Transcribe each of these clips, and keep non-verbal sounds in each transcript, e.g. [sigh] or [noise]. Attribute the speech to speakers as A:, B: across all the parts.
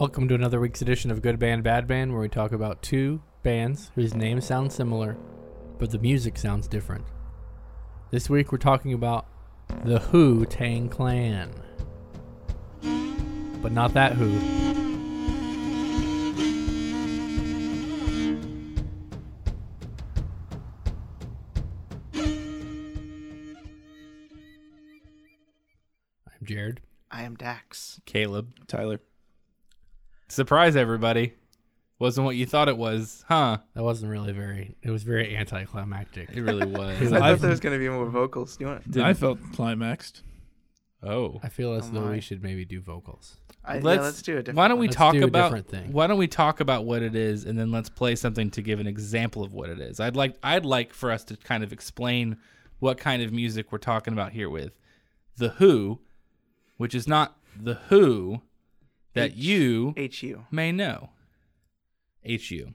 A: Welcome to another week's edition of Good Band Bad Band, where we talk about two bands whose names sound similar, but the music sounds different. This week we're talking about the Who Tang Clan. But not that Who. I'm Jared.
B: I am Dax.
C: Caleb.
D: Tyler.
C: Surprise everybody. Wasn't what you thought it was, huh?
A: That wasn't really very, it was very anticlimactic.
C: It really was.
B: I
D: I've-
B: thought there was going to be more vocals. Do you want?
C: Didn't-
D: I felt climaxed.
C: [laughs] oh.
A: I feel as
B: Oh
A: though
B: my.
A: we should maybe do vocals.
B: I, let's,
C: Let's-
B: yeah, let's do a different.
C: Why don't we
A: Let's
C: talk
A: do a
C: about
A: different thing.
C: why don't we talk about what it is and then let's play something to give an example of what it is. I'd like I'd like for us to kind of explain what kind of music we're talking about here with The Who, which is not The Who that
B: H-
C: you
B: HU?
C: may know. HU.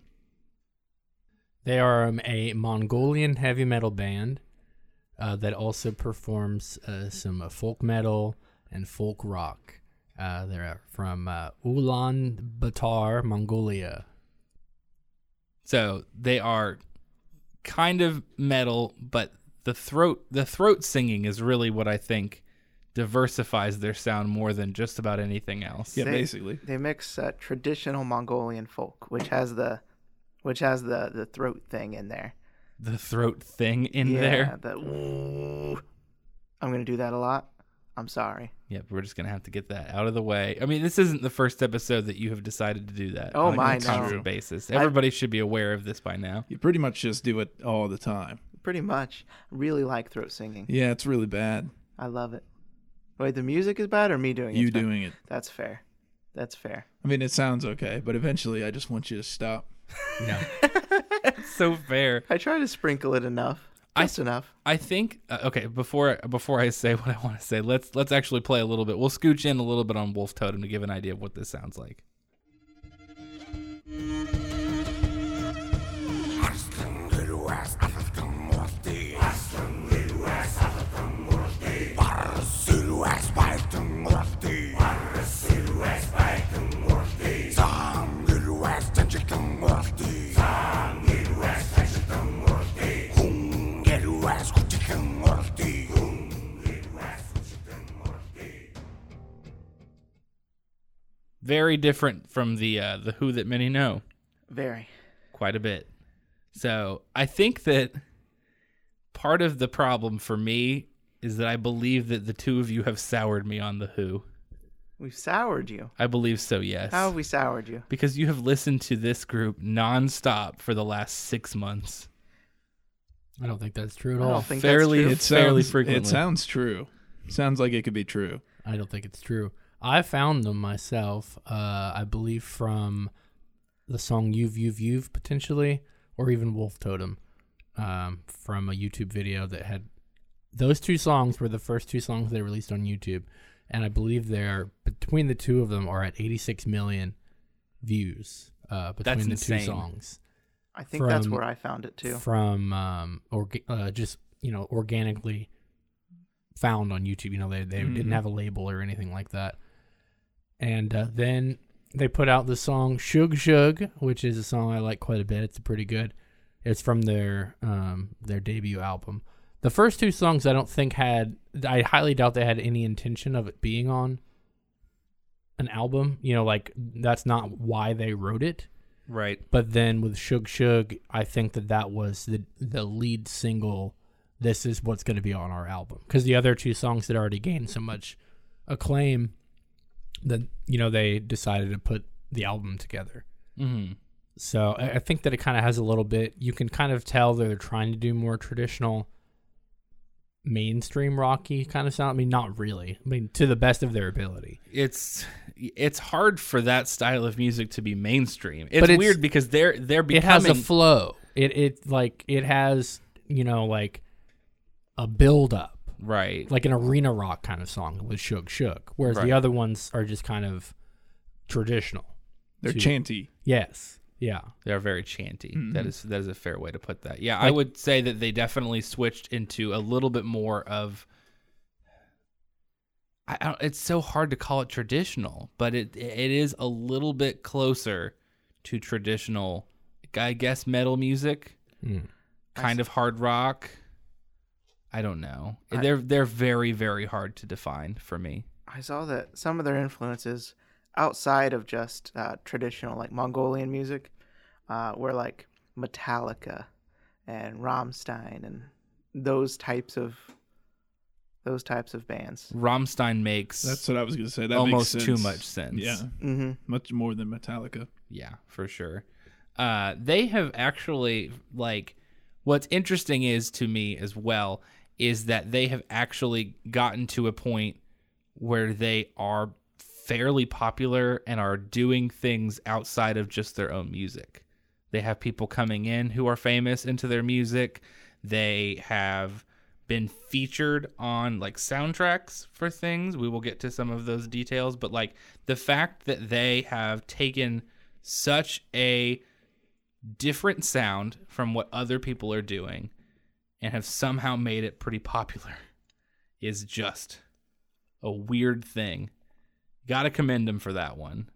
A: They are um, a Mongolian heavy metal band uh, that also performs uh, some uh, folk metal and folk rock. Uh, they're from uh, Ulaanbaatar, Mongolia.
C: So they are kind of metal, but the throat the throat singing is really what I think diversifies their sound more than just about anything else.
D: Yeah,
B: Sick.
D: basically.
B: They mix uh, traditional Mongolian folk, which has the, which has the the throat thing in there.
C: The throat thing in
B: yeah,
C: there.
B: The, I'm going to do that a lot. I'm sorry.
C: Yep, we're just gonna have to get that out of the way. I mean, this isn't the first episode that you have decided to do that.
B: Oh
C: on a
B: my, no.
C: constant basis. Everybody should be aware of this by
B: [laughs]
C: now.
D: You pretty much just do it all the time.
B: Pretty much. Really like throat singing.
D: Yeah, it's really bad.
B: I love it. Wait, the music is bad or me doing it?
D: You doing it.
B: That's fair. That's fair.
D: I mean, it sounds okay, but eventually I just want you to stop.
A: No,
C: So fair.
B: I try to sprinkle it enough.
C: I-
B: Just enough.
C: I think uh, okay before before I say [laughs] what I want to say, let's let's actually play a little bit. We'll scooch in a little bit on Wolf Totem to give an idea of what this sounds like. Very different from the uh, the Who that many know
B: Very.
C: quite a bit. So I think that part of the problem for me is that I believe that the two of you have soured me on the Who.
B: We've soured you.
C: I believe so. Yes.
B: How have we soured you?
C: because you have listened to this group nonstop for the last six months.
A: I don't think that's true at
B: I
A: all.
B: don't think
C: fairly-
B: that's true.
D: It
C: It
D: sounds,
C: fairly frequently.
D: It sounds true. Sounds like it could be true.
A: I don't think it's true. I found them myself. Uh, I believe from the song "You've You've You've" potentially, or even "Wolf Totem," um, from a YouTube video that had those two songs were the first two songs they released on YouTube, and I believe they're between the two of them are at 86 million views uh, between
C: That's
A: the two
C: insane.
A: songs
B: I think that's
A: from-
B: where I found it too.
A: from um orga- uh, just you know organically found on YouTube. You know they they
B: Mm-hmm.
A: didn't have a label or anything like that. And uh, then they put out the song "Shug Shug," which is a song I like quite a bit. It's pretty good. It's from their um their debut album. The first two songs I don't think had I highly doubt they had any intention of it being on an album. You know, like that's not why they wrote it.
C: Right.
A: But then with Shug Shug, I think that that was the the lead single. This is what's going to be on our album because the other two songs had already gained so much acclaim that you know they decided to put the album together.
C: hmm
A: So I, I think that it kind of has a little bit. You can kind of tell that they're trying to do more traditional, mainstream rocky kind of sound. I mean, not really. I mean, to the best of their ability.
C: it's it's hard for that style of music to be mainstream. It's,
A: But it's-
C: weird because they're they're
A: it has
C: becoming
A: a flow. It it like it has you know like a build up,
C: right.
A: like an arena rock kind of song with Shook Shook, whereas
C: Right.
A: the other ones are just kind of traditional.
D: They're
A: Two.
D: chanty.
A: Yes, yeah,
C: They're very chanty. That is that is a fair way to put that. Yeah, I
A: Like-
C: would say that they definitely switched into a little bit more of I, I don't, it's so hard to call it traditional, but it it is a little bit closer to traditional. I guess metal music,
A: Mm.
C: kind of hard rock. I don't know.
B: I-
C: they're they're very very hard to define for me.
B: I saw that some of their influences outside of just uh, traditional like Mongolian music uh, were like Metallica and Rammstein and those types of those types of bands.
C: Rammstein makes
D: That's what I was gonna say. That
C: almost
D: makes
C: too
D: sense.
C: much sense.
D: Yeah,
B: Mm-hmm.
D: much more than Metallica.
C: Yeah, for sure. Uh, they have actually like what's interesting is to me as well is that they have actually gotten to a point where they are fairly popular and are doing things outside of just their own music. They have people coming in who are famous into their music. They have been featured on like soundtracks for things. We will get to some of those details, but like the fact that they have taken such a different sound from what other people are doing and have somehow made it pretty popular is just a weird thing. Gotta commend them for that one.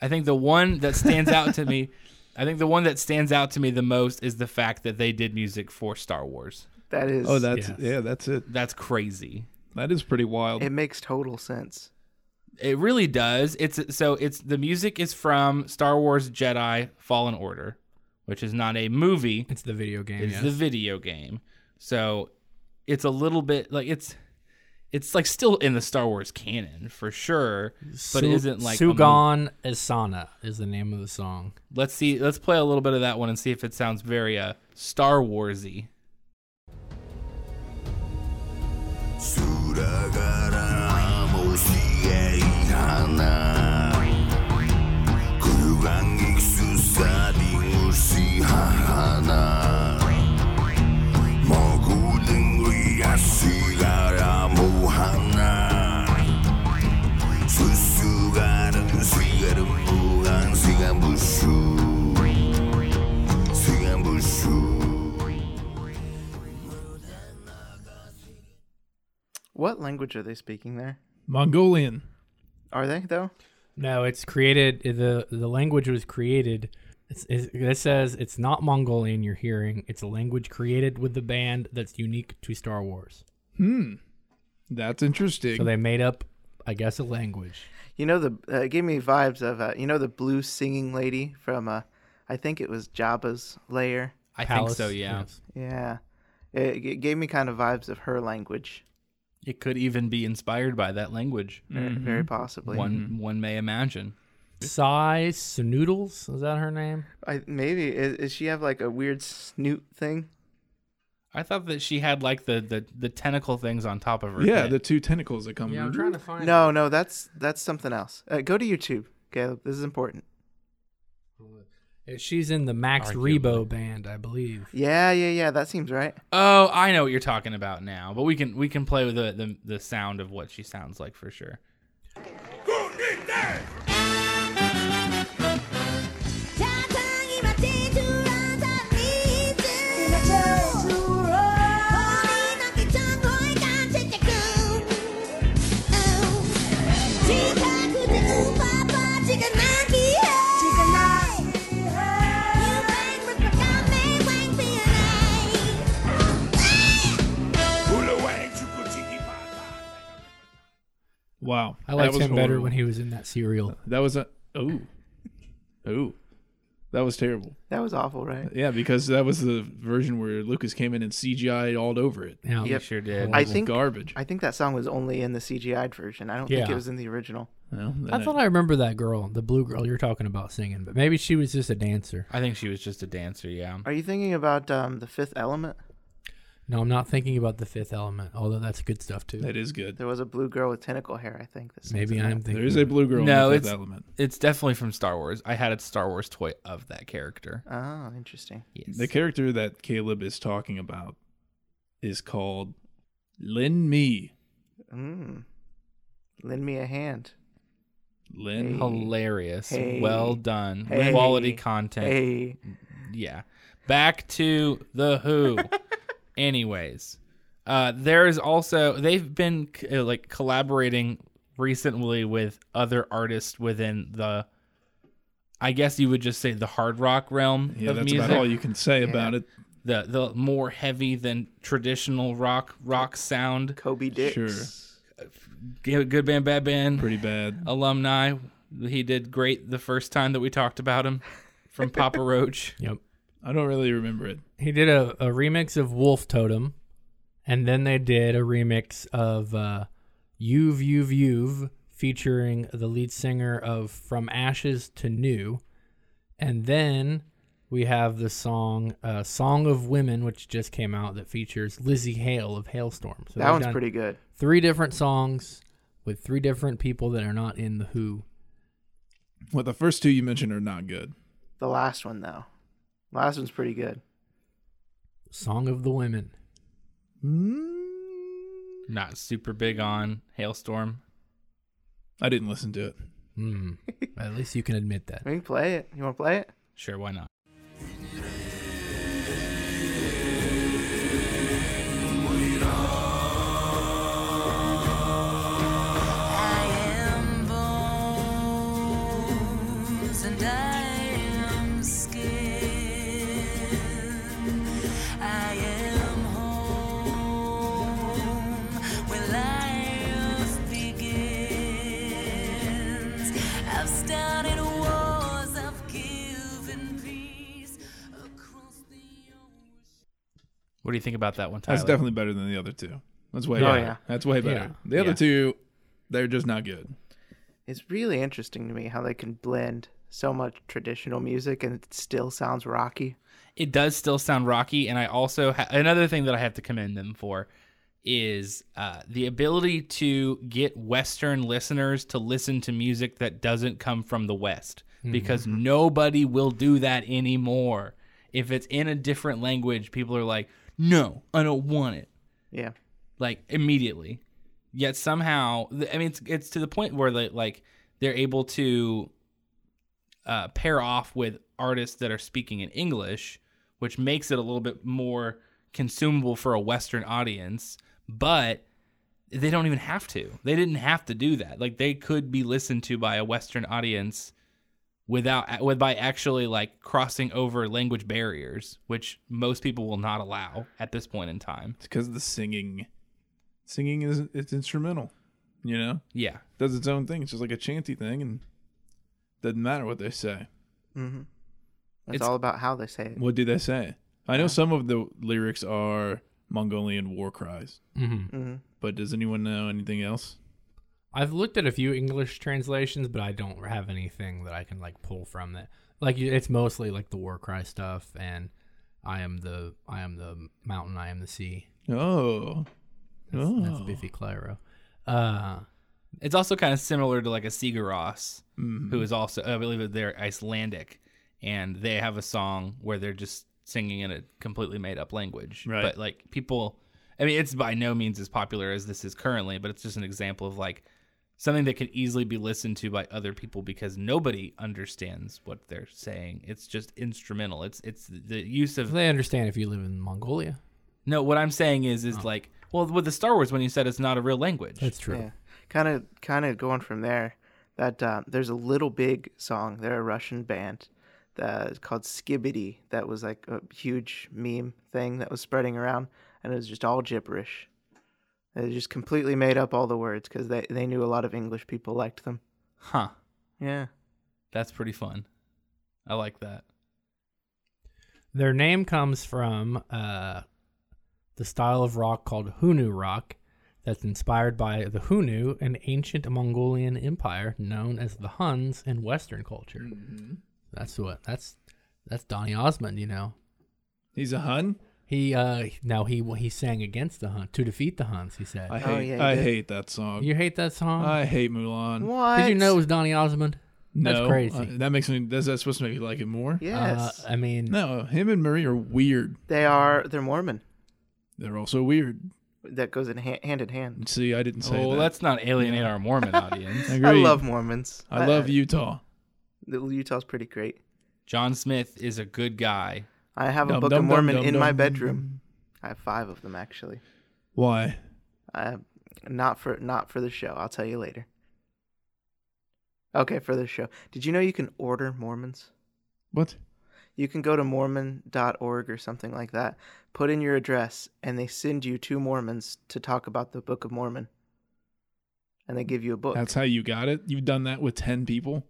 C: I think the one that stands out to me, I think the one that stands out to me the most is the fact that they did music for Star Wars.
B: That is.
D: Oh, that's
A: Yes.
D: yeah, that's it.
C: That's crazy.
D: That is pretty wild.
B: It makes total sense.
C: It really does. It's so it's the music is from Star Wars Jedi Fallen Order, which is not a movie.
A: It's the video game.
C: It's
A: yes.
C: the video game. So it's a little bit like it's it's like still in the Star Wars canon for sure, but it isn't like a mo-
A: Sugan Asana is the name of the song.
C: Let's see. Let's play a little bit of that one and see if it sounds very uh Star Warsy.
B: What language are they speaking there?
D: Mongolian.
B: Are they though?
A: No, it's created. the The language was created. It's, it's, it says it's not Mongolian. You're hearing it's a language created with the band that's unique to Star Wars.
D: Hmm. That's interesting.
A: So they made up, I guess, a language.
B: You know the uh, it gave me vibes of uh, you know the blue singing lady from uh, I think it was Jabba's lair.
C: I
A: Palace,
C: think so. Yeah.
A: yes.
B: Yeah, it, it gave me kind of vibes of her language.
C: It could even be inspired by that language.
B: Very, very possibly.
C: One one may imagine.
A: Sai Snoodles is that her name?
B: I, maybe is, is she have like a weird snoot thing?
C: I thought that she had like the the, the tentacle things on top of her.
D: yeah,
C: head.
D: the two tentacles that come.
A: to find.
B: No, no, that's that's something else. Uh, go to YouTube, Caleb. This is important.
A: She's in the Max
C: Arguably.
A: Rebo band, I believe.
B: Yeah, yeah, yeah. That seems right.
C: Oh, I know what you're talking about now, but we can we can play with the the, the sound of what she sounds like for sure.
D: Wow.
A: I liked
D: That was
A: him better
D: horrible.
A: when he was in that serial.
D: That was a oh, oh, that was terrible.
B: That was awful, right?
D: Yeah, because that was the version where Lucas came in and CGI all over it.
A: Yeah.
B: Yep.
C: Sure did.
B: I
D: It was
B: think
D: garbage.
B: I think that song was only in the CGI version. I don't think
A: Yeah.
B: it was in the original.
D: Well, then
A: I thought I remember that girl, the blue girl you're talking about singing, but maybe she was just a dancer.
C: I think she was just a dancer. Yeah.
B: Are you thinking about um, the Fifth Element?
A: No, I'm not thinking about the fifth element, although that's good stuff too.
D: that is good.
B: There was a blue girl with tentacle hair. I think this.
A: Maybe I'm thinking.
D: There is a blue girl. in
C: No,
D: the Fifth
C: it's-
D: element.
C: It's definitely from Star Wars. I had a Star Wars toy of that character.
B: Oh, interesting.
C: Yes.
D: The character that Caleb is talking about is called Lin Me.
B: Mm. Lend me a hand.
D: Lin.
C: Hilarious.
B: Hey.
C: Well done.
B: Hey.
C: Quality content.
B: Hey,
D: [laughs]
C: Yeah. Back to the Who. Anyways, Uh, there is also they've been c- uh, like collaborating recently with other artists within the, I guess you would just say the hard rock realm
D: Yeah,
C: of
D: that's
C: music.
D: about all you can say about it.
C: the the more heavy than traditional rock rock sound.
B: Kobe Dix.
D: Sure.
C: Good good band, bad band.
D: Pretty bad.
C: alumni. He did great the first time that we talked about him
D: [laughs]
C: from Papa Roach.
A: Yep.
D: I don't really remember it.
A: He did a, a remix of Wolf Totem, and then they did a remix of uh, You've You've You've featuring the lead singer of From Ashes to New. And then we have the song uh, Song of Women, which just came out that features Lizzie Hale of Hailstorm. So
B: That
A: they've
B: one's
A: done
B: pretty good.
A: Three different songs with three different people that are not in The Who.
D: Well, the first two you mentioned are not good.
B: The last one though, last one's pretty good.
A: Song of the Women.
C: Not super big on Hailstorm.
D: I didn't listen to it.
A: Hmm. At least you can admit that.
B: We can play it. You want to play it?
C: Sure, why not?
E: I am bones and I am skin. I am home where life begins. I've started wars, I've given peace across the ocean.
C: What do you think about that one, Tyler?
D: That's definitely better than the other two. That's way
B: Oh,
D: better.
B: yeah.
D: That's way better.
A: Yeah.
D: The other
C: Yeah.
D: two, they're just not good.
B: It's really interesting to me how they can blend so much traditional music and it still sounds rocky.
C: it does still sound rocky, and I also ha- another thing that I have to commend them for is uh, the ability to get Western listeners to listen to music that doesn't come from the West because nobody will do that anymore. If it's in a different language, people are like, "No, I don't want it."
B: Yeah.
C: like immediately. Yet somehow, th- I mean, it's it's to the point where they, like they're able to uh, pair off with artists that are speaking in English, which makes it a little bit more consumable for a Western audience. But they don't even have to. They didn't have to do that. Like they could be listened to by a Western audience without with by actually like crossing over language barriers, which most people will not allow at this point in time.
D: It's because the singing, singing is it's instrumental. You know,
C: Yeah.
D: does its own thing. It's just like a chanty thing, and doesn't matter what they say.
B: Mm-hmm. It's,
C: It's-
B: all about how they say it.
D: What do they say? I know some of the lyrics are Mongolian war cries,
A: hmm
B: Mm-hmm.
D: but does anyone know anything else?
A: I've looked at a few English translations, but I don't have anything that I can like pull from that. Like you- it's mostly like the war cry stuff, and I am the I am the mountain, I am the sea.
D: Oh,
A: That's, that's
D: Oh.
A: Biffy Clyro. Uh,
C: It's also kind of similar to like a Sigur Rós,
D: Mhm.
C: who is also I believe that they're Icelandic, and they have a song where they're just singing in a completely made up language.
D: Right.
C: But like people, I mean, it's by no means as popular as this is currently, but it's just an example of like something that could easily be listened to by other people because nobody understands what they're saying. It's just instrumental. It's it's the use of
A: they understand if you live in Mongolia.
C: no. What I'm saying is is like well with the Star Wars when you said it's not a real language.
A: That's true.
B: Yeah. Kind of, kind of going from there. That uh, there's a little big song. They're a Russian band that is called Skibbity. That was like a huge meme thing that was spreading around, and it was just all gibberish. They just completely made up all the words because they, they knew a lot of English people liked them.
C: huh.
B: Yeah.
C: That's pretty fun. I like that.
A: Their name comes from uh, the style of rock called Hunu rock, that's inspired by the Hunu, an ancient Mongolian empire known as the Huns in Western culture.
D: Mm-hmm.
A: That's what. That's that's Donny Osmond. You know,
D: He's a Hun.
A: he uh now he he sang against the Hun to defeat the Huns. He said,
D: I hate.
B: Oh, yeah, he
D: I
B: did.
D: hate that song.
A: "You hate that song?
D: I hate Mulan.
B: What?
A: Did you know it was Donny Osmond?
D: No,
A: That's crazy.
D: uh, that makes me. That's, that's supposed to make you like it more.
B: Yes.
A: Uh, I mean,
D: No, him and Marie are weird.
B: They are. They're Mormon.
D: They're also weird.
B: That goes in hand, hand in hand.
D: See, I didn't say
C: Oh,
D: that.
C: let's not alienate our
D: [laughs]
C: Mormon audience.
D: Agreed.
B: I love Mormons.
D: I love Utah.
B: Utah's pretty great.
C: John Smith is a good guy.
B: I have a
D: Dum,
B: Book
D: dum,
B: of
D: dum,
B: Mormon
D: dum,
B: in my
D: dum.
B: bedroom. I have five of them actually.
D: Why?
B: Uh, not for not for the show. I'll tell you later. Okay, for the show. Did you know you can order Mormons?
D: What?
B: You can go to mormon.org or something like that. Put in your address and they send you two Mormons to talk about the Book of Mormon. And they give you a book.
D: That's how you got it? You've done that with 10 people?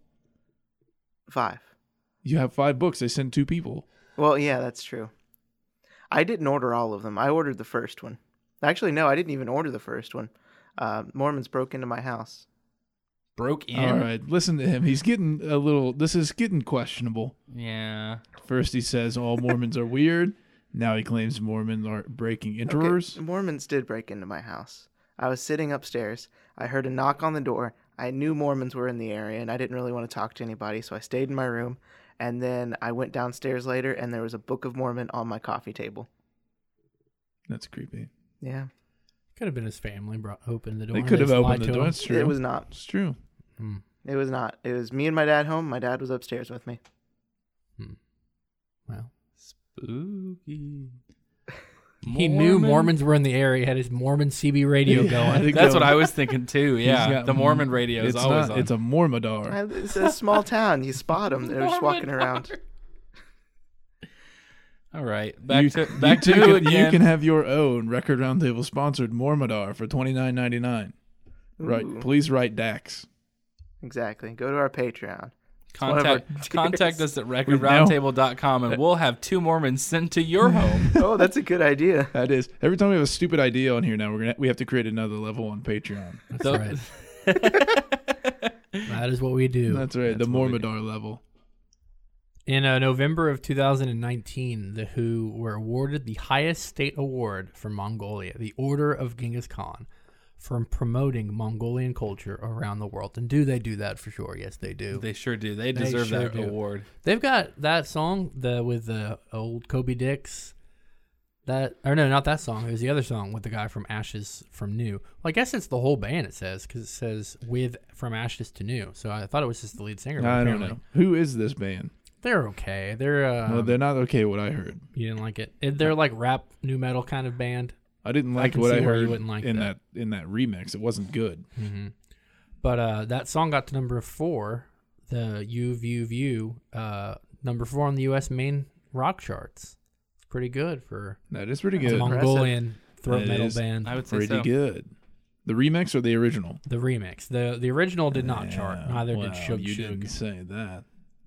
B: five.
D: You have five books. They send two people.
B: Well, yeah, that's true. I didn't order all of them. I ordered the first one. Actually, no, I didn't even order the first one. Uh, Mormons broke into my house.
C: Broke in.
D: All right. Listen to him. He's getting a little, this is getting questionable.
C: Yeah.
D: First, he says all Mormons are weird. Now he claims Mormons are breaking
B: Okay,
D: enterers.
B: Mormons did break into my house. I was sitting upstairs. I heard a knock on the door. I knew Mormons were in the area and I didn't really want to talk to anybody, so I stayed in my room. And then I went downstairs later and there was a Book of Mormon on my coffee table.
D: That's creepy.
B: Yeah,
A: Could have been his family brought opened the door.
D: They
A: and
D: could have
A: just lied
D: opened the
A: to
D: door.
A: him.
D: It's true.
B: it was not.
D: It's true.
A: Hmm.
B: It was not. It was me and my dad home. My dad was upstairs with me.
A: Well,
C: Spooky.
A: he knew Mormons were in the area. He had his Mormon CB
D: [laughs]
A: radio
D: Yeah, I
A: going.
D: think
C: That's
D: that-
C: what I was thinking too.
D: he's
C: Yeah,
D: got-
C: the Mormon radio is
D: it's
C: always
D: not-
C: on.
D: It's a Mormadar.
B: I- It's a small town. You spot them. They're just walking around.
C: All right, back
D: you, [laughs]
C: to back
D: you
C: to
D: two
C: you
D: can,
C: again.
D: You can have your own record roundtable sponsored Mormadar for twenty nine ninety nine. Right?
B: Ooh.
D: Please write Dax.
B: Exactly. Go to our Patreon. one of our
C: contact contact us at
D: We've now-
C: recordroundtable.com and we'll have two Mormons sent
D: [laughs]
C: to your home.
B: Oh, that's a good idea.
D: That is every time we have a stupid idea on here. Now we're gonna we have to create another level on Patreon.
C: Tho-
A: right. that is what we do.
D: That's right, the
C: That's what we
D: Mormadar level.
A: In uh, November of 2019, the WHO were awarded the highest state award for Mongolia, the Order of Genghis Khan, for promoting Mongolian culture around the world. And do they do that for sure? Yes, they do.
C: They sure do. They
A: They
C: deserve
A: sure
C: that
A: do.
C: award.
A: They've got that song the with the old Kobe Dix. That or no, not that song. It was the other song with the guy from Ashes from New. Well, I guess it's the whole band. It says because it says with from Ashes to New. So I thought it was just the lead singer. but
D: I don't
A: apparently
D: know who is this band.
A: They're okay. They're uh,
D: no, they're not okay. What I heard,
A: you didn't like it. It- They're like rap new metal kind of band.
D: I didn't
A: I
D: like
A: can
D: what
A: see
D: I
A: where you
D: heard
A: wouldn't like
D: in
A: that.
D: that. in that remix. It wasn't good.
A: But uh, that song got to number four. The U View View uh, number four on the U.S. main rock charts. It's pretty good for
D: That is pretty
A: It's a
D: good.
B: Impressive.
A: Mongolian throat
D: It
A: metal
D: is.
A: band.
C: I would say
D: Pretty
C: so.
D: good. The remix or the original?
A: The remix. The the original did not chart.
D: Yeah,
A: Neither
D: wow,
A: did Shug
D: You didn't
A: Shug.
D: say that.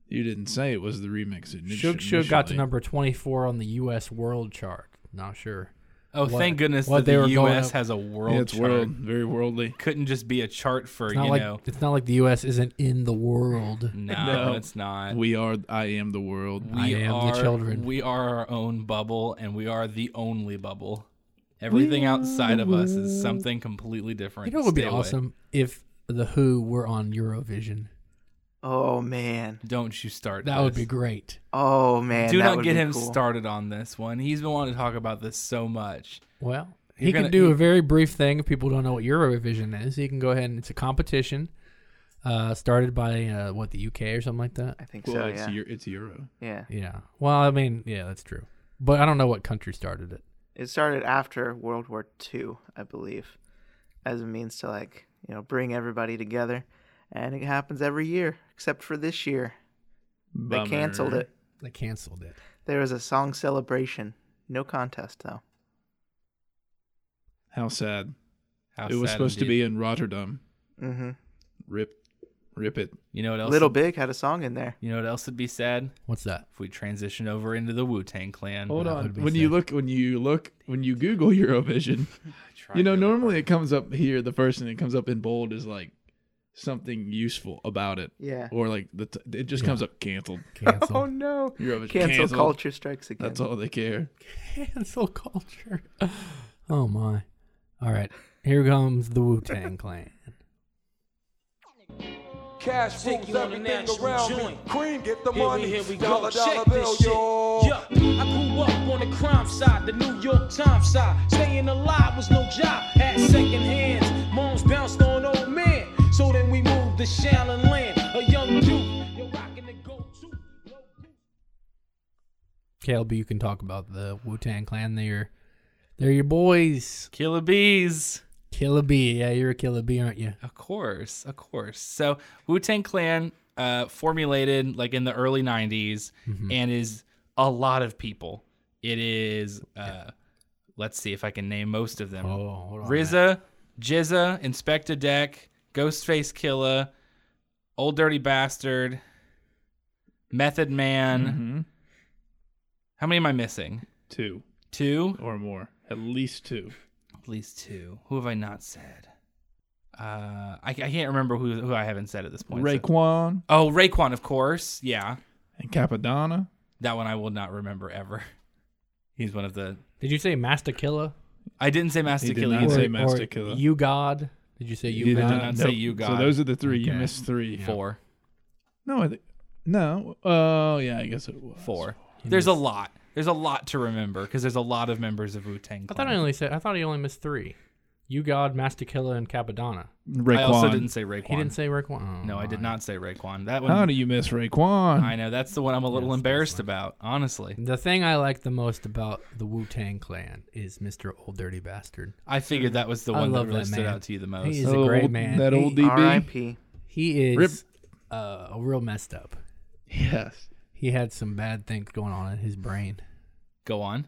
D: You didn't say it was the remix. It
A: Shug
D: initially-
A: Shug got to number 24 on the US world chart. Not sure.
C: Oh,
A: What-
C: thank goodness
A: what
C: that
A: they
C: the
A: were going
C: U.S.
A: up-
C: has a world
D: yeah, it's
C: chart.
D: world, very worldly.
C: Couldn't just be a chart for
A: It's
C: you
A: not like
C: know.
A: it's not like the US isn't in the world.
D: Mm.
C: [laughs] No,
D: No.
C: it's not.
D: We are. I am the world.
A: I am the children.
C: We are our own bubble, and we are the only bubble. Everything outside of us is something completely different.
A: You know what would be
C: Stay away.
A: awesome if the Who were on Eurovision.
B: Oh man.
C: Don't you start.
A: That would
C: this.
A: be great.
B: Oh man.
C: Do
B: that
C: not
B: would
C: get
B: be
C: him
B: cool.
C: started on this one. He's been wanting to talk about this so much.
A: Well,
C: You're
A: he
C: gonna-
A: can do
C: you-
A: a very brief thing. If people don't know what Eurovision is, he can go ahead and it's a competition uh, started by uh, what the UK or something like that.
B: I think
D: Well,
B: so.
D: it's,
B: Yeah.
D: Eu- it's Euro.
B: yeah.
A: Yeah. Well, I mean, yeah, that's true. But I don't know what country started it.
B: It started after World War II, I believe, as a means to like you know bring everybody together, and it happens every year except for this year. They
D: Bummer.
B: canceled it.
A: They canceled it.
B: There was a song celebration. No contest though.
D: How sad.
C: How
D: it was
C: sad
D: supposed to
C: indeed.
D: be in Rotterdam.
B: Mm-hmm.
D: Rip, rip it.
A: Mm-hmm.
C: You know what else?
B: Little
C: would-
B: Big had a song in there.
C: You know what else would be sad
A: What's that?
C: [laughs] if we transition over into the Wu Tang Clan.
D: Hold
A: that
D: on.
A: would be
D: When you
A: sad.
D: look, when you look, when you Google [laughs] Eurovision, you know normally it comes up here. The first thing that comes up in bold is like something useful about it,
B: Yeah.
D: or like the t- it just comes up canceled.
A: Cancel.
B: [laughs] Oh no.
D: Eurovision
B: Cancel
D: canceled.
B: culture strikes again.
D: That's all they care.
A: Cancel culture. [laughs] Oh my. All right. Here comes the Wu Tang Clan.
F: Cash
G: Take
F: rules
G: you on a
F: everything
G: national
F: around me.
G: joint.
F: Queen, get the
G: Here we-
F: money.
G: here we go.
F: Dollar, dollar
G: Check
F: bill,
G: this shit.
F: y'all.
G: Yeah. I grew up on the crime side, the New York Times side. Staying alive was no job. Had second hands. Moms bounced on old men. So then we moved to Shaolin Land. A young youth. You're rocking the go-to.
A: KLB, you can talk about the Wu Tang Clan. They're They're your boys.
C: Killer bees.
A: Killer Bee. Yeah, you're a killer bee, aren't you?
C: Of course, of course. So Wu Tang Clan uh, formulated like in the early '90s,
A: Mm-hmm.
C: and is a lot of people. It is. Uh, let's see if I can name most of them.
A: Oh, hold on.
C: RZA, Jizza, Inspector Deck, Ghostface Killer, Old Dirty Bastard, Method Man.
A: Mm-hmm.
D: Mhm.
C: How many am I missing?
D: Two
C: Two?
D: or more, at least two.
C: At least two. Who have I not said? Uh, I, I can't remember who who I haven't said at this point. so-
D: Raekwon
C: Oh, Raekwon, of course. Yeah,
D: and Capadonna.
C: that one I will not remember ever. [laughs] He's one of the.
A: Did you say Master Killer?
C: I didn't say Master
D: He did
C: Killer.
D: not
C: either.
D: say
A: Or-
D: Master
A: or
D: Killer.
A: You God? Did you say you
D: You
A: God?
C: did not say you
D: So
C: got-
D: those are the three. You
A: Okay.
D: missed three.
C: Four,
D: No, I think no. Oh yeah, I guess it was
C: four. There's a lot. There's a lot to remember because there's a lot of members of Wu Tang.
A: I thought I only said. I thought he only missed three. You God, Master Killer, and Capadonna.
D: Raekwon.
C: I also didn't say Raekwon.
A: He didn't say Rick. Wa- Oh,
C: No, I did
A: my.
C: not say Raekwon. That
D: How
C: one.
D: do you miss Raekwon?
C: I know that's the one I'm a little
A: Yes, that's
C: embarrassed about, honestly.
A: The thing I like the most about the Wu Tang Clan is Mr. Old Dirty Bastard.
C: I figured that was the
A: I
C: one that
A: love
C: really
A: that
C: stood
A: man.
C: out to you the most.
A: He is
D: That
A: a great
D: old-
A: man.
D: that
A: He-
D: old DB.
B: R.I.P.
A: He
D: Rip.
A: is uh, a real messed up.
D: Yes.
A: He had some bad things going on in his brain.
C: Go on.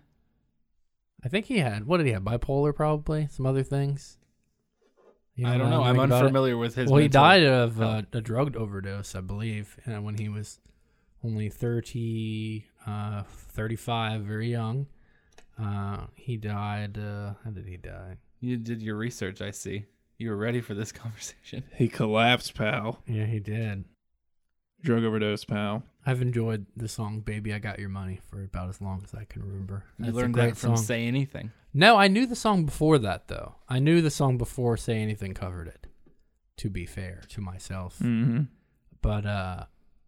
A: I think he had what did he have? Bipolar, probably some other things. You
C: I don't
A: what
C: know. I'm
A: think about it?
C: unfamiliar with his.
A: Well, he
C: mental-
A: died of uh, a drug overdose, I believe, and when he was only 30, uh, 35, very young. Uh, he died. Uh, how did he die?
C: You did your research, I see. You were ready for this [laughs] conversation.
D: He collapsed, pal.
A: Yeah, he did.
D: Drug overdose, pal.
A: I've enjoyed the song "Baby, I Got Your Money" for about as long as I can remember.
C: You
A: That's a
C: learned
A: great
C: that from
A: song.
C: Say Anything.
A: No, I knew the song before that though. I knew the song before "Say Anything" covered it. To be fair to myself,
C: Mm.
D: Mm-hmm.
A: But uh,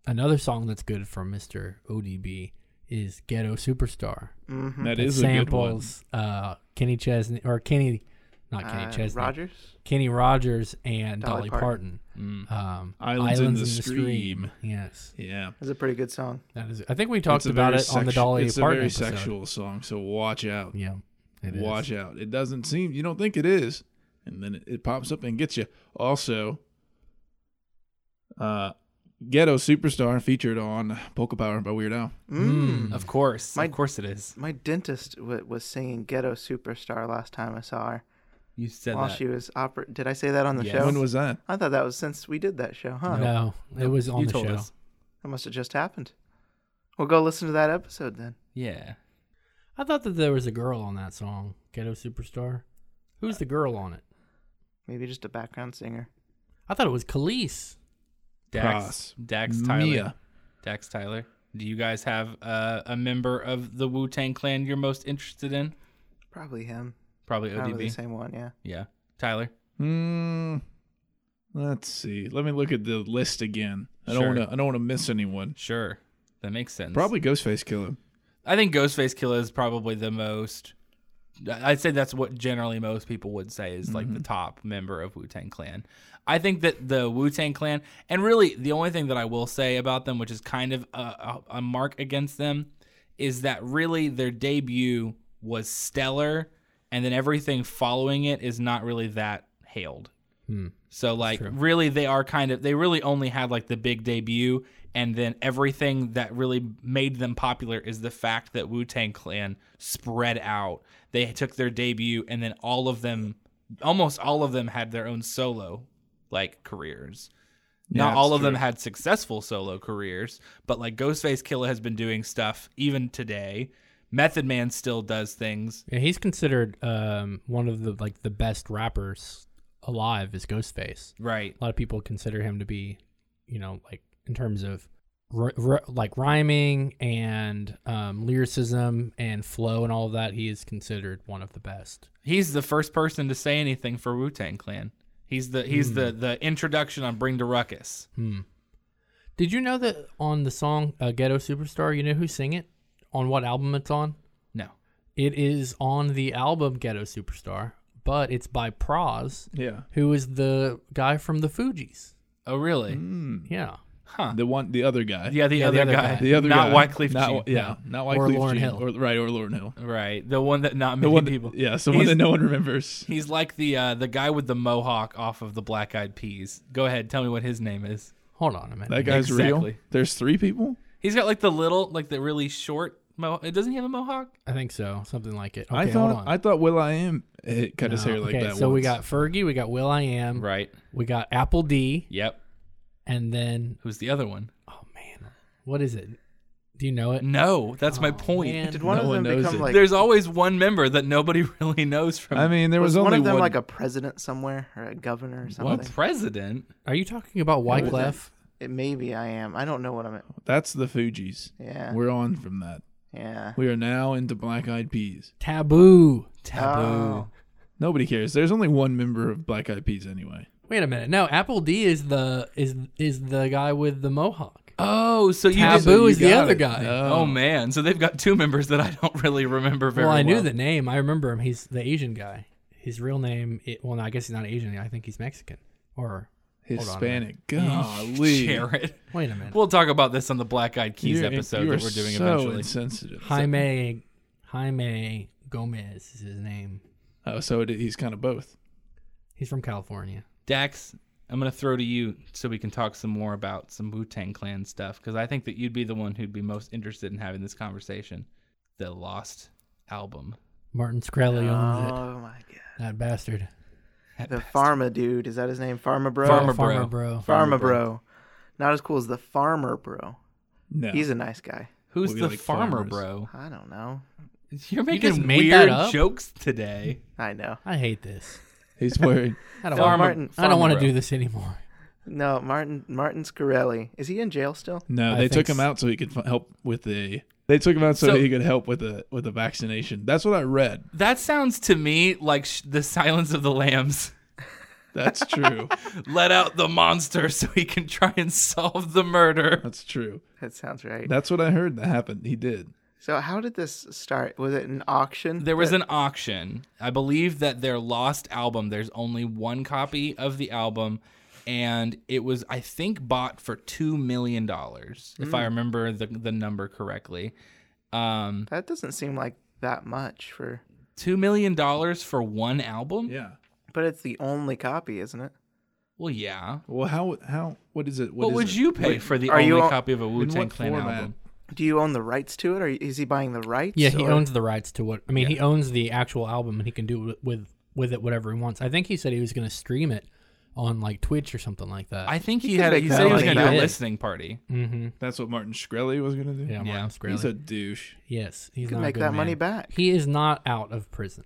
A: another song that's good from Mr. ODB is "Ghetto Superstar."
B: Mm-hmm.
D: That
A: It
D: is
A: samples uh, Kenny Chesney or Kenny, not Kenny Chesney,
B: Uh, Rogers.
A: Kenny Rogers and
B: Dolly
A: Dolly, Parton.
C: Mm.
A: Um,
D: Islands in the Stream.
A: Yes,
D: a good one. Yeah.
B: That's a pretty good song.
A: that is. I think we talked
D: It's a
A: about
D: very
A: it on the
D: sexu-
A: Dolly
D: It's
A: Parton
D: a very
A: episode.
D: sexual song, so watch out.
A: Yeah, it is.
D: watch out. It doesn't seem you don't think it is, and then it, it pops up and gets you. Also, uh, Ghetto Superstar featured on Polka Power by Weird Al.
B: Mm.
C: Of course.
B: My-
C: of course it is.
B: My dentist w- was singing "Ghetto Superstar" last time I saw her.
C: You said
B: while
C: that.
B: she was opera. Did I say that on the
C: Yes.
B: show?
D: When was that?
B: I thought that was since we did that show, huh?
A: No, it was on
C: you
A: the
C: told
A: show.
C: us.
B: That must have just happened. Well, go listen to that episode then.
C: Yeah.
A: I thought that there was a girl on that song, "Ghetto Superstar." Who's the girl on it?
B: Maybe just a background singer.
A: I thought it was Khalees.
C: Dax.
D: Cross.
C: Dax Tyler.
D: Mia.
C: Dax Tyler. Do you guys have uh, a member of the Wu Tang Clan you're most interested in?
B: Probably him.
C: Probably
B: Probably the
C: ODB.
B: same one, yeah.
C: Yeah. Tyler.
D: Hmm. Let's see. Let me look at the list again. I don't
C: Sure.
D: want to. I don't want to miss anyone.
C: Sure. That makes sense.
D: Probably Ghostface Killer.
C: I think Ghostface Killer is probably the most. I'd say that's what generally most people would say is like the top member of Wu Tang Clan. I think that the Wu Tang Clan, and really the only thing that I will say about them, which is kind of a, a, a mark against them, is that really their debut was stellar, and then everything following it is not really that hailed. So like really they are kind of they really only had like the big debut and then everything that really made them popular is the fact that Wu-Tang Clan spread out. They took their debut and then all of them almost all of them had their own solo like careers. Not
D: that's
C: all of them
D: true.
C: had successful solo careers, but like Ghostface Killer has been doing stuff even today. Method Man still does things.
A: Yeah, he's considered um, one of the like the best rappers alive is Ghostface.
C: Right.
A: A lot of people consider him to be, you know, like in terms of r- r- like rhyming and um, lyricism and flow and all of that, he is considered one of the best.
C: He's the first person to say anything for Wu Tang Clan. He's the he's the the introduction on Bring the Ruckus.
A: Did you know that on the song uh, "Ghetto Superstar," you know who sing it? On what album it's on?
C: No,
A: It is on the album "Ghetto Superstar," but it's by Proz,
D: Yeah.
A: who is the guy from the Fugees.
C: oh really?
A: Yeah.
C: Huh.
D: The one, the other guy.
C: Yeah, the,
A: Yeah,
C: other, guy.
D: The other
C: not
D: guy.
C: Wycliffe
D: Not-
C: Jean.
D: Yeah, not
A: Or
D: Wycliffe
A: Lauryn
D: Jean.
A: Hill.
D: Or, right, or Lauren Hill.
C: Right. The one that not
D: The
C: many
D: one that,
C: people.
D: Yeah, it's the one
C: He's-
D: that no one remembers.
C: He's like the uh, the guy with the mohawk off of the Black Eyed Peas. Go ahead, tell me what his name is.
A: Hold on a minute.
D: That guy's real.
C: Exactly.
D: There's three people.
C: He's got like the little, like the really short mohawk. Doesn't he have a mohawk?
A: I think so. Something like it. Okay,
D: I
A: hold
D: thought
A: on.
D: I thought Will I Am had cut his
A: No,
D: hair like
A: okay,
D: that.
A: So we
D: once.
A: got Fergie, we got Will I Am,
C: Right.
A: we got Apple D,
C: Yep.
A: and then
C: Who's the other one?
A: oh man, what is it? Do you know it?
C: No, that's my point.
A: man.
B: Did one
D: No
B: of
D: one
B: them
D: knows
B: become
D: it.
B: like?
C: There's always one member that nobody [laughs] really knows from.
D: I mean, there was,
B: was one
D: only
B: of them like a president somewhere or a governor or
C: what
B: something?
C: president?
A: Are you talking about
B: was it?
A: Wyclef?
B: It, maybe I am. I don't know what I'm.
D: That's the Fugees.
B: Yeah.
D: We're on from that.
B: yeah.
D: We are now into Black Eyed Peas.
A: Taboo.
C: Taboo.
B: Oh.
D: Nobody cares. There's only one member of Black Eyed Peas anyway.
A: Wait a minute. No, Apple D is the is is the guy with the mohawk.
C: Oh, so you
A: Taboo
C: just.
D: So you
A: is the
D: got
A: other
D: it.
A: guy.
C: Oh man, so they've got two members that I don't really remember very
A: Well, I knew
C: well.
A: the name. I remember him. He's the Asian guy. His real name, it, well, no, I guess he's not Asian. I think he's Mexican. Or
D: Hispanic.
C: Golly.
D: Golly.
C: Oh, Jared.
A: wait a minute,
C: We'll talk about this on the Black Eyed Keys
D: You're-
C: episode
D: you
C: that
D: are
C: we're doing
D: so
C: eventually.
D: insensitive.
A: Jaime Jaime Gomez is his name.
D: Oh, so it, he's kind of both.
A: He's from California.
C: Dax, I'm gonna throw to you so we can talk some more about some Wu Tang Clan stuff because I think that you'd be the one who'd be most interested in having this conversation. The Lost album.
A: Martin Screlly owns it.
B: Oh my god.
A: That bastard.
B: The pharma dude. Is that his name? Pharma bro.
C: Pharma bro.
A: Farmer bro.
B: Pharma bro. Not as cool as the farmer bro.
D: No.
B: He's a nice guy.
C: Who's
D: We
C: the
D: like
C: farmer,
D: farmers.
C: bro?
B: I don't know.
C: You're making
A: just made that
C: weird
A: up?
C: jokes today.
B: I know.
A: I hate this.
D: [laughs] he's wearing.
A: I don't,
B: Phil
A: wanna-
B: Martin-
A: I don't
C: Farmer
A: want to
C: bro.
A: do this anymore.
B: No, Martin Martin Scarelli. Is he in jail still?
D: No,
A: I
D: they
A: think
D: took him
A: s-
D: out so he could f- help with the. They took him out so,
C: So-
D: he could help with the with the vaccination. That's what I read.
C: That sounds to me like sh- the Silence of the Lambs.
D: That's true.
C: Let out the monster [laughs] so he can try and solve the murder.
D: That's true.
B: That sounds right.
D: That's what I heard that happened. He did.
B: So how did this start? Was it an auction?
C: There was an auction. I believe that their lost album, there's only one copy of the album, and it was, I think, bought for $2 million, if I remember the, the number correctly. Um,
B: that doesn't seem like that much for
C: $2 million for one album?
D: Yeah.
B: but it's the only copy, isn't it?
C: Well, yeah.
D: Well, how how what is it?
C: What,
D: is
C: would
D: it?
C: you pay
D: Wait,
C: for the
B: are
C: only
B: you all-
C: copy of a Wu Tang
D: what
C: Clan
D: format?
C: album?
B: Do you own the rights to it or is he buying the rights?
A: Yeah, he
B: or-
A: owns the rights to what. I mean, he owns the actual album, and he can do wi- with with it whatever he wants. I think he said he was going to stream it on like Twitch or something like that.
C: I think he,
B: could
C: had.
B: make
C: He
B: that
C: said he was
B: money
C: going to do a
A: back.
C: listening party.
A: mm-hmm.
D: That's what Martin Shkreli was gonna do.
A: Yeah, Martin Scorsese.
D: He's a douche.
A: yes, he's
B: could
A: not a
B: make
A: good
B: that money
A: man.
B: back.
A: He is not out of prison,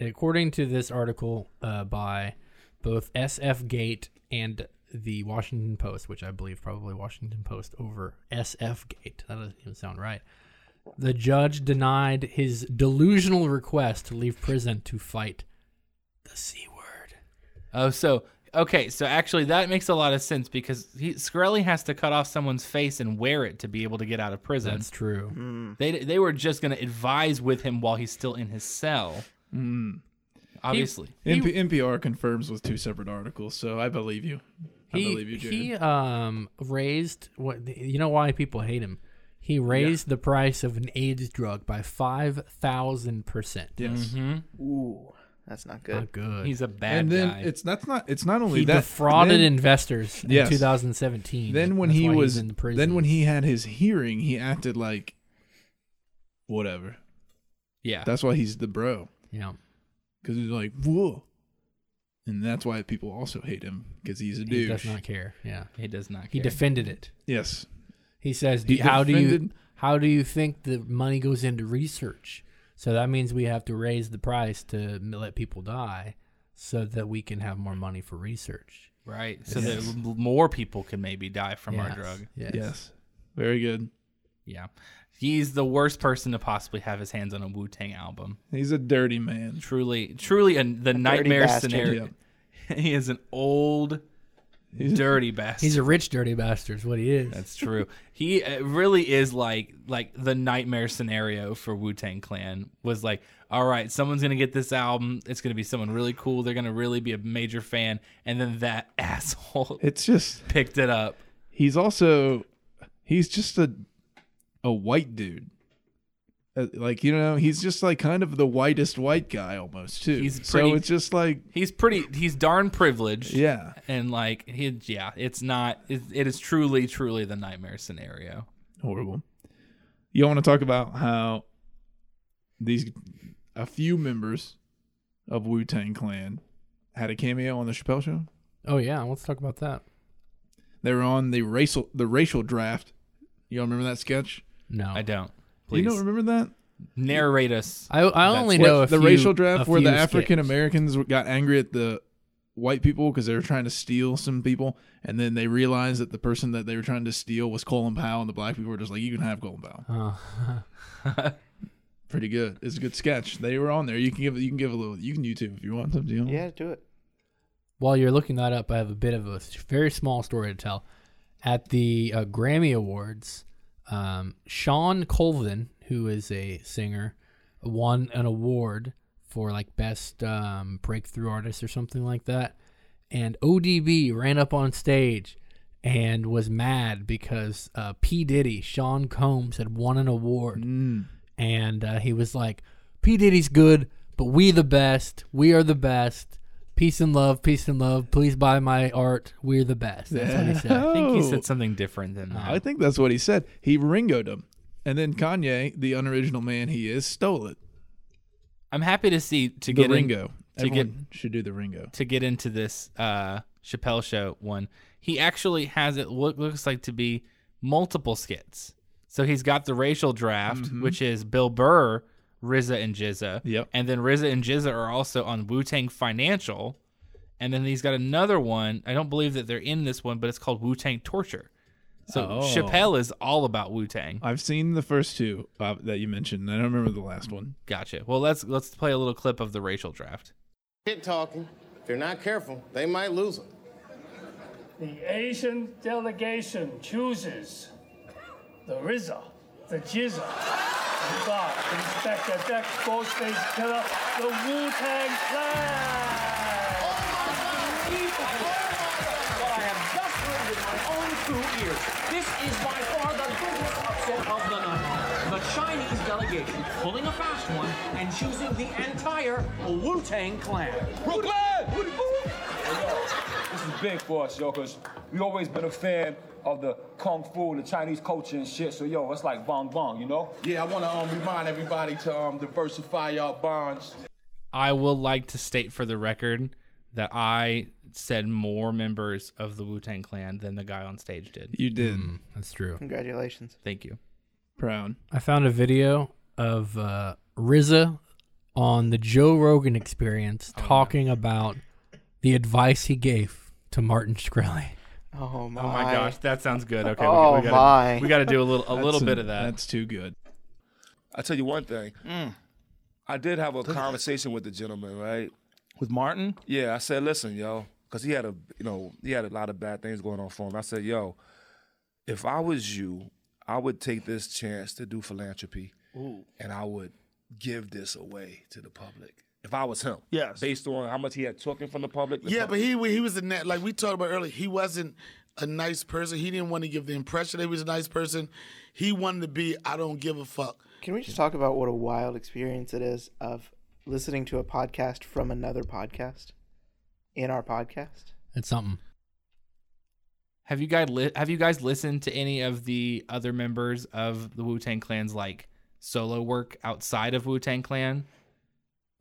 A: according to this article uh, by both SF Gate and the Washington Post, which I believe probably Washington Post over SF Gate. That doesn't even sound right. The judge denied his delusional request to leave prison to fight the C word.
C: Oh, so okay, so actually that makes a lot of sense because he, Scarelli has to cut off someone's face and wear it to be able to get out of prison.
A: That's true.
C: They they were just going to advise with him while he's still in his cell. Obviously,
D: NP- NPR confirms with two separate articles, so I believe you. I
A: he
D: believe you, Jared.
A: he um raised what you know why people hate him. He raised the price of an AIDS drug by five thousand percent.
D: yes.
B: Ooh, that's not good.
A: Not good.
C: Mm-hmm. he's a bad
D: And then
C: guy.
D: it's that's not it's not only
A: he
D: that
A: defrauded
D: then,
A: investors in
D: Yes.
A: 2017.
D: Then when
A: That's
D: he
A: why he's
D: was
A: in prison.
D: then when he had his hearing, he acted like whatever.
C: yeah,
D: That's why he's the bro
A: yeah,
D: because he's like whoa, and that's why people also hate him because he's a
A: he
D: douche.
A: does not care. Yeah,
C: he does not. Care.
A: he defended it.
D: Yes,
A: He says,
D: He
A: "How do you
D: defended-
A: how do you think the money goes into research? So that means we have to raise the price to m- let people die, so that we can have more money for research."
C: right, so
D: Yes.
C: that l- more people can maybe die from our
A: Yes,
C: drug.
A: Yes.
D: yes, very good.
C: Yeah, he's the worst person to possibly have his hands on a Wu Tang album.
D: He's a dirty man.
C: Truly, truly, a, the nightmare
B: bastard.
C: scenario. [laughs] he is an old,
D: He's-
C: dirty bastard.
A: He's a rich, dirty bastard. Is what he is.
C: That's true. he uh, really is like like the nightmare scenario for Wu Tang Clan was like, all right, someone's gonna get this album. It's gonna be someone really cool. They're gonna really be a major fan, and then that [laughs] asshole
D: It's just
C: picked it up.
D: He's also he's just a a white dude. Uh, Like you know, he's just like kind of the whitest white guy almost too.
C: He's
D: so
C: pretty-
D: it's just like
C: He's pretty. He's darn privileged.
D: yeah,
C: And like he, yeah, it's not. It, it is truly, truly the nightmare scenario.
D: horrible. You want to talk about how these a few members of Wu Tang Clan had a cameo on the Chappelle Show?
A: Oh yeah, let's talk about that.
D: They were on the racial the racial draft. Y'all remember that sketch?
A: No,
C: I don't. Please
D: You don't remember that?
C: narrate us.
A: I, I
C: That's
A: only
D: What,
A: know a
D: the
A: few-
D: racial
A: a
D: draft where
A: few
D: the
A: skits.
D: African Americans got angry at the white people because they were trying to steal some people, and then they realized that the person that they were trying to steal was Colin Powell, and the black people were just like, "You can have Colin Powell."
A: Uh,
D: Pretty good. It's a good sketch. They were on there. You can give you can give a little. You can YouTube if you want some deal.
B: Yeah, do it.
A: while you're looking that up, I have a bit of a s- very small story to tell. At the uh, Grammy Awards, um, Sean Colvin, who is a singer, won an award for like best um, breakthrough artist or something like that. And ODB ran up on stage and was mad because uh, P Diddy, Sean Combs, had won an award and uh, he was like, "P Diddy's good, but we the best. We are the best. Peace and love, peace and love. Please buy my art. We're the best." That's what he
C: [laughs]
A: said.
C: I think he
D: Oh.
C: said something different than that.
D: I think that's what he said. He ringoed him, and then Kanye, the unoriginal man he is, stole it.
C: I'm happy to see to
D: The
C: get in-
D: Ringo.
C: to get-
D: Everyone should do the Ringo.
C: to get into this uh, Chappelle show one. He actually has it what looks like to be multiple skits. So he's got the racial draft, which is Bill Burr, RZA, and Jizza.
D: Mm-hmm. Yep.
C: And then RZA and Jizza are also on Wu Tang Financial. And then he's got another one. I don't believe that they're in this one, but it's called Wu Tang Torture. So
D: Oh.
C: Chappelle is all about Wu Tang.
D: I've seen the first two uh, that you mentioned. and I don't remember the last one.
C: Gotcha. Well, let's let's play a little clip of the racial draft.
F: Shit talking. If they're not careful, they might lose them.
H: The Asian delegation chooses the Rizza, the Jizza, the God, Inspector Deck, Ghostface Killer, the Wu Tang Clan.
I: What I have just heard with my own two ears. This is by far the biggest upset of the night. The Chinese delegation pulling a fast one and choosing the entire Wu Tang clan.
J: This is big for us, yo, because we always been a fan of the kung fu and the Chinese culture and shit. So, yo, it's like bong bong, you know?
F: Yeah, I want to um, remind everybody to um, diversify y'all bonds.
C: I will like to state for the record that I said more members of the Wu Tang Clan than the guy on stage did.
D: You did.
A: That's true.
B: Congratulations.
C: Thank you.
D: Proud.
A: I found a video of uh, RZA on the Joe Rogan Experience talking about the advice he gave to Martin Shkreli.
B: Oh my.
C: Oh my gosh, that sounds good. Okay,
B: Oh,
C: we, we gotta,
B: my.
C: we got to do a little a little
D: That's-
C: bit of that.
D: That's too good.
J: I tell you one thing.
K: Mm.
J: I did have a conversation with the gentleman, right?
K: With Martin?
J: Yeah, I said, listen, yo, because he had a, you know, he had a lot of bad things going on for him. I said, yo, if I was you, I would take this chance to do philanthropy, and I would give this away to the public. If I was him,
K: Yes.
J: based on how much he had taken from the public. the
K: Yeah,
J: pub-
K: but he he was a net like we talked about earlier. He wasn't a nice person. He didn't want to give the impression that he was a nice person. He wanted to be I don't give a fuck.
B: Can we just talk about what a wild experience it is of listening to a podcast from another podcast in our podcast?
A: It's something.
C: Have you guys li- have you guys listened to any of the other members of the Wu Tang Clan's like solo work outside of Wu Tang Clan?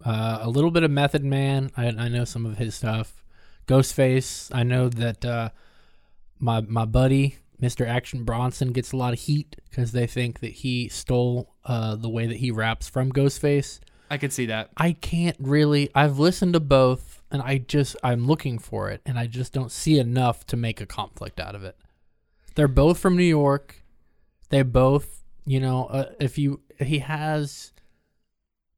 A: Uh, a little bit of Method Man. I, I know some of his stuff. Ghostface. I know that uh, my my buddy Mr. Action Bronson gets a lot of heat because they think that he stole uh, the way that he raps from Ghostface.
C: I could see that.
A: I can't really. I've listened to both, and I just I'm looking for it, and I just don't see enough to make a conflict out of it. They're both from New York. They both, you know, uh, if you he has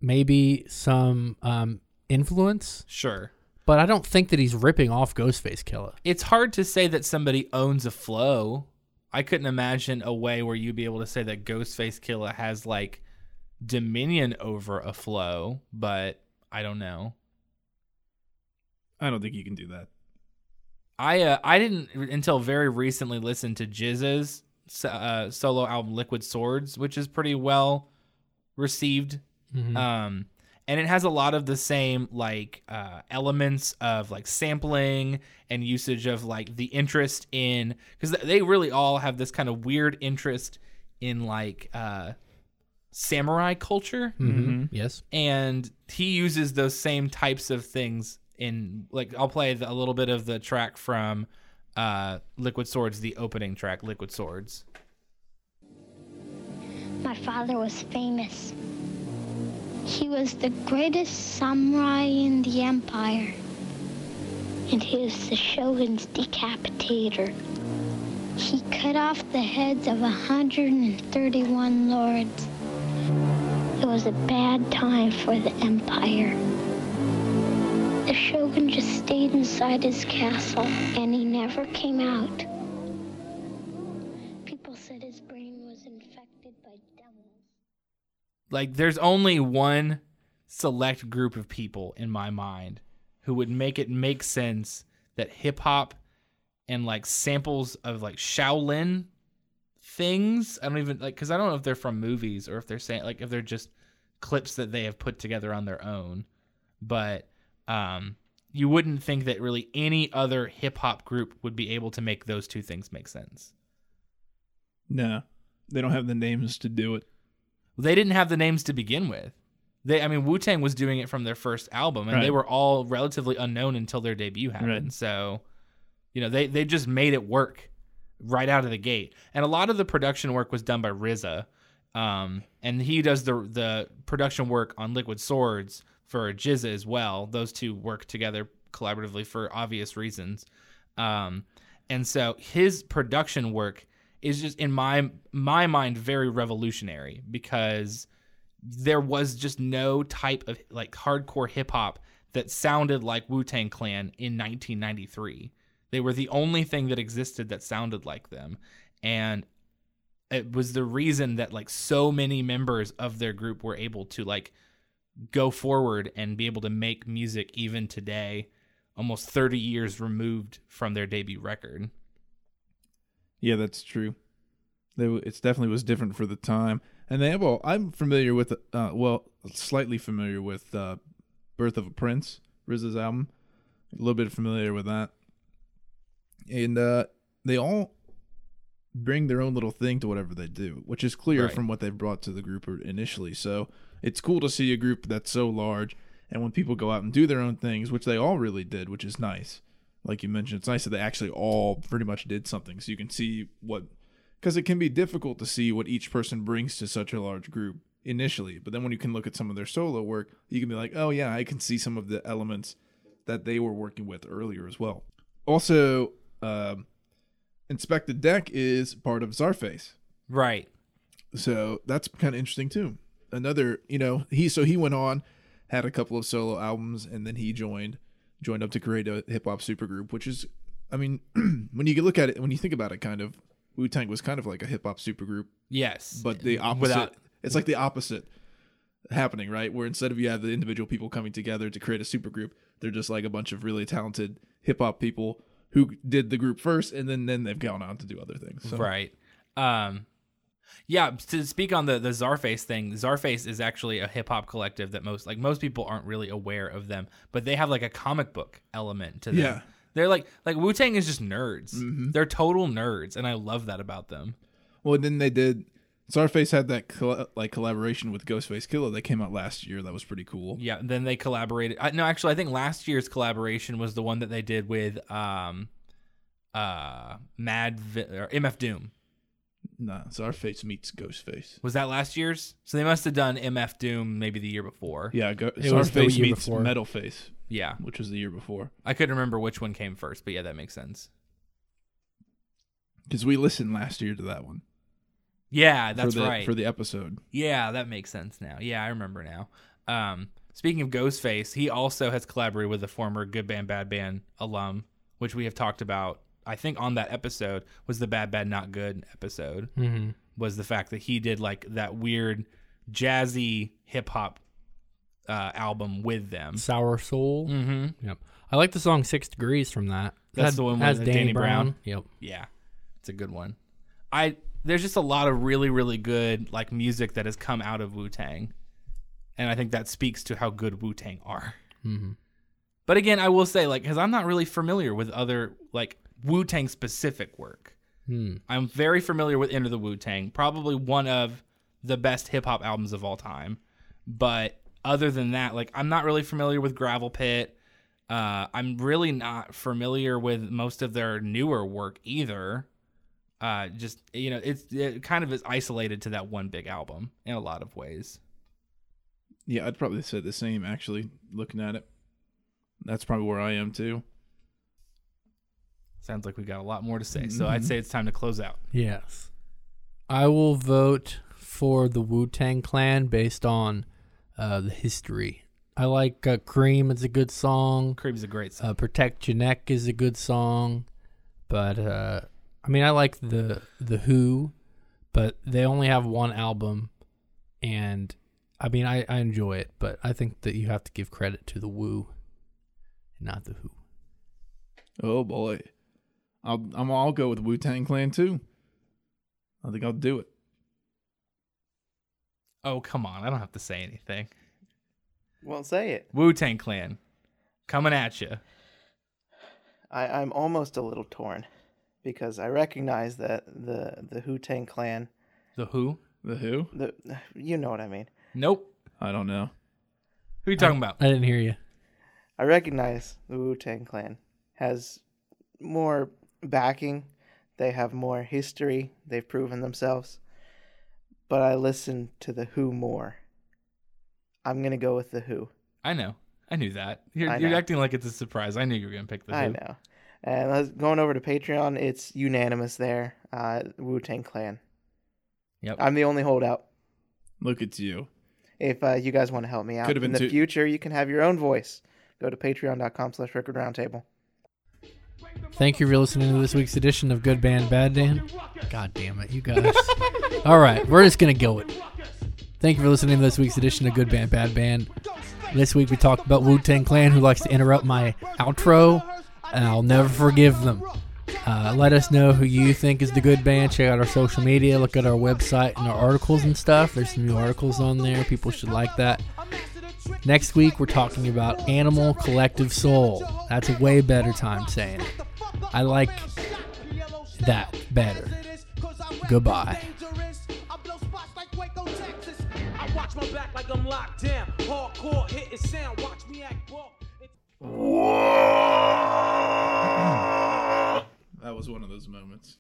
A: maybe some um, influence,
C: Sure.
A: but I don't think that he's ripping off Ghostface Killer.
C: it's hard to say that somebody owns a flow. I couldn't imagine a way where you'd be able to say that Ghostface Killer has like dominion over a flow, but I don't know.
D: I don't think you can do that.
C: I uh, I didn't r- until very recently listen to Jizza's so- uh, solo album Liquid Swords, which is pretty well received.
A: Mhm.
C: Um, and it has a lot of the same like uh, elements of like sampling and usage of like the interest in because they really all have this kind of weird interest in like uh, samurai culture
A: Mhm. Yes.
C: and he uses those same types of things in like I'll play the, a little bit of the track from uh Liquid Swords the opening track Liquid Swords.
L: My father was famous. He was the greatest samurai in the empire. And he was the shogun's decapitator. He cut off the heads of 131 lords. It was a bad time for the empire. The shogun just stayed inside his castle and he never came out. People said his brain was infected by devils.
C: Like there's only one select group of people in my mind who would make it make sense that hip hop and like samples of like Shaolin things, I don't even like cuz I don't know if they're from movies or if they're saying like if they're just clips that they have put together on their own. but um, you wouldn't think that really any other hip hop group would be able to make those two things make sense.
D: No, they don't have the names to do it.
C: They didn't have the names to begin with. They, I mean, Wu Tang was doing it from their first album, and they
D: Right.
C: were all relatively unknown until their debut happened.
D: Right.
C: So, you know, they they just made it work right out of the gate, and a lot of the production work was done by RZA, um, and he does the the production work on Liquid Swords for Jizza as well. Those two work together collaboratively for obvious reasons, um, and so his production work is just in my my mind very revolutionary because there was just no type of like hardcore hip hop that sounded like Wu Tang Clan in 1993. They were the only thing that existed that sounded like them, and it was the reason that like so many members of their group were able to like go forward and be able to make music even today, almost 30 years removed from their debut record.
D: Yeah, that's true. They w- it's definitely was different for the time, and they have all. I'm familiar with, uh, well, slightly familiar with uh, "Birth of a Prince," RZA's album. A little bit familiar with that, and uh, they all bring their own little thing to whatever they do, which is clear
C: Right.
D: from what they've brought to the group or- initially. So it's cool to see a group that's so large, and when people go out and do their own things, which they all really did, which is nice. Like you mentioned, it's nice that they actually all pretty much did something, so you can see what, because it can be difficult to see what each person brings to such a large group initially. But then when you can look at some of their solo work, you can be like, oh yeah, I can see some of the elements that they were working with earlier as well. Also, um, Inspect the Deck is part of Zarface.
C: Right.
D: So that's kind of interesting too. Another, you know, he so he went on, had a couple of solo albums, and then he joined joined up to create a hip hop supergroup, which is, I mean, [clears throat] when you look at it, when you think about it, kind of Wu Tang was kind of like a hip hop supergroup.
C: Yes.
D: but the opposite.
C: Without-
D: it's like the opposite happening, right? Where instead of you have the individual people coming together to create a supergroup, they're just like a bunch of really talented hip hop people who did the group first, and then then they've gone on to do other things. So.
C: Right. Um yeah, to speak on the the Zarface thing, Zarface is actually a hip hop collective that most like most people aren't really aware of them, but they have like a comic book element to them.
D: Yeah. Mm-hmm.
C: They're like like Wu Tang is just nerds. They're total nerds, and I love that about them.
D: Well, then they did. Starface had that coll- like collaboration with Ghostface Killer that came out last year. That was pretty cool.
C: Yeah. Then they collaborated. I, no, actually, I think last year's collaboration was the one that they did with um, uh, Mad Vi- or MF Doom.
D: Nah, Starface meets Ghostface.
C: Was that last year's? So they must have done MF Doom maybe the year before.
D: Yeah, go-
A: It was the
D: Starface
A: year
D: meets
A: before.
D: Metal Face.
C: Yeah.
D: which was the year before
C: I couldn't remember which one came first, but yeah, that makes sense.
D: because we listened last year to that one.
C: Yeah,
D: for
C: that's
D: the-
C: right.
D: for the episode.
C: yeah, that makes sense now. Yeah, I remember now. Um, speaking of Ghostface, he also has collaborated with a former Good Band Bad Band alum, which we have talked about. I think on that episode was the Bad Bad Not Good episode.
D: Mm-hmm.
A: Mhm.
C: Was the fact that he did like that weird jazzy hip hop uh, album with them.
A: Sour Soul.
C: Mm-hmm.
A: Yep. I like the song Six Degrees from that.
C: That's
A: That-
C: the one
A: that's
C: with uh, Danny,
A: Danny
C: Brown.
A: Brown. Yep.
C: Yeah, it's a good one. I there's just a lot of really really good like music that has come out of Wu Tang, and I think that speaks to how good Wu Tang are.
A: Mhm.
C: But again, I will say like because I'm not really familiar with other like Wu Tang specific work.
A: Hmm.
C: I'm very familiar with Enter the Wu Tang, probably one of the best hip hop albums of all time. But other than that, like I'm not really familiar with Gravel Pit. Uh, I'm really not familiar with most of their newer work either. Uh, just you know, it's it kind of is isolated to that one big album in a lot of ways.
D: Yeah, I'd probably say the same. Actually, looking at it, that's probably where I am too.
C: Sounds like we got a lot more to say, so
B: Mm-hmm.
C: I'd say it's time to close out.
A: Yes. I will vote for the Wu Tang Clan based on uh, the history. I like uh, Cream. It's a good song.
C: Cream's a great
A: song. Uh, Protect Your Neck is a good song. But, uh, I mean, I like the, the Who, but they only have one album. And, I mean, I, I enjoy it, but I think that you have to give credit to the Woo and not the Who.
D: Oh boy, I'll I'm, I'll go with Wu Tang Clan too. I think I'll do it.
C: Oh come on, I don't have to say anything.
B: Won't say it.
C: Wu Tang Clan, coming at you.
B: I, I'm almost a little torn because I recognize that the the Wu Tang Clan.
C: The Who?
D: The Who?
B: The you know what I mean.
C: Nope.
D: I don't know.
C: Who you talking about?
A: I didn't hear you.
B: I recognize the Wu Tang Clan has more backing. They have more history. They've proven themselves. But I listen to the Who more. I'm gonna go with the Who.
C: I know. I knew that. You're,
B: I
C: you're
B: know.
C: acting like it's a surprise. I knew you were gonna pick the Who.
D: Mm-hmm.
B: I know. And let's- going over to Patreon, it's unanimous there. Uh, Wu Tang Clan.
C: Yep.
B: I'm the only holdout.
D: Look at you.
B: If uh, you guys want to help me out
D: Could've
B: in
D: been
B: the
D: two-
B: future, you can have your own voice. Go to patreon.com slash record roundtable.
A: Thank you for listening to this week's edition of Good Band Bad Dan. God damn it, you guys. All right, we're just going to go it. Thank you for listening to this week's edition of Good Band Bad Band. This week we talked about Wu Tang Clan, who likes to interrupt my outro, and I'll never forgive them. Uh, let us know who you think is the good band. Check out our social media, look at our website and our articles and stuff. There's some new articles on there. People should like that. Next week, we're talking about Animal Collective Soul. That's a way better time saying it. I like that better. Goodbye.
G: I watch my back like I'm locked down. Hardcore hitting sound. Watch me act broke.
D: That was one of those moments.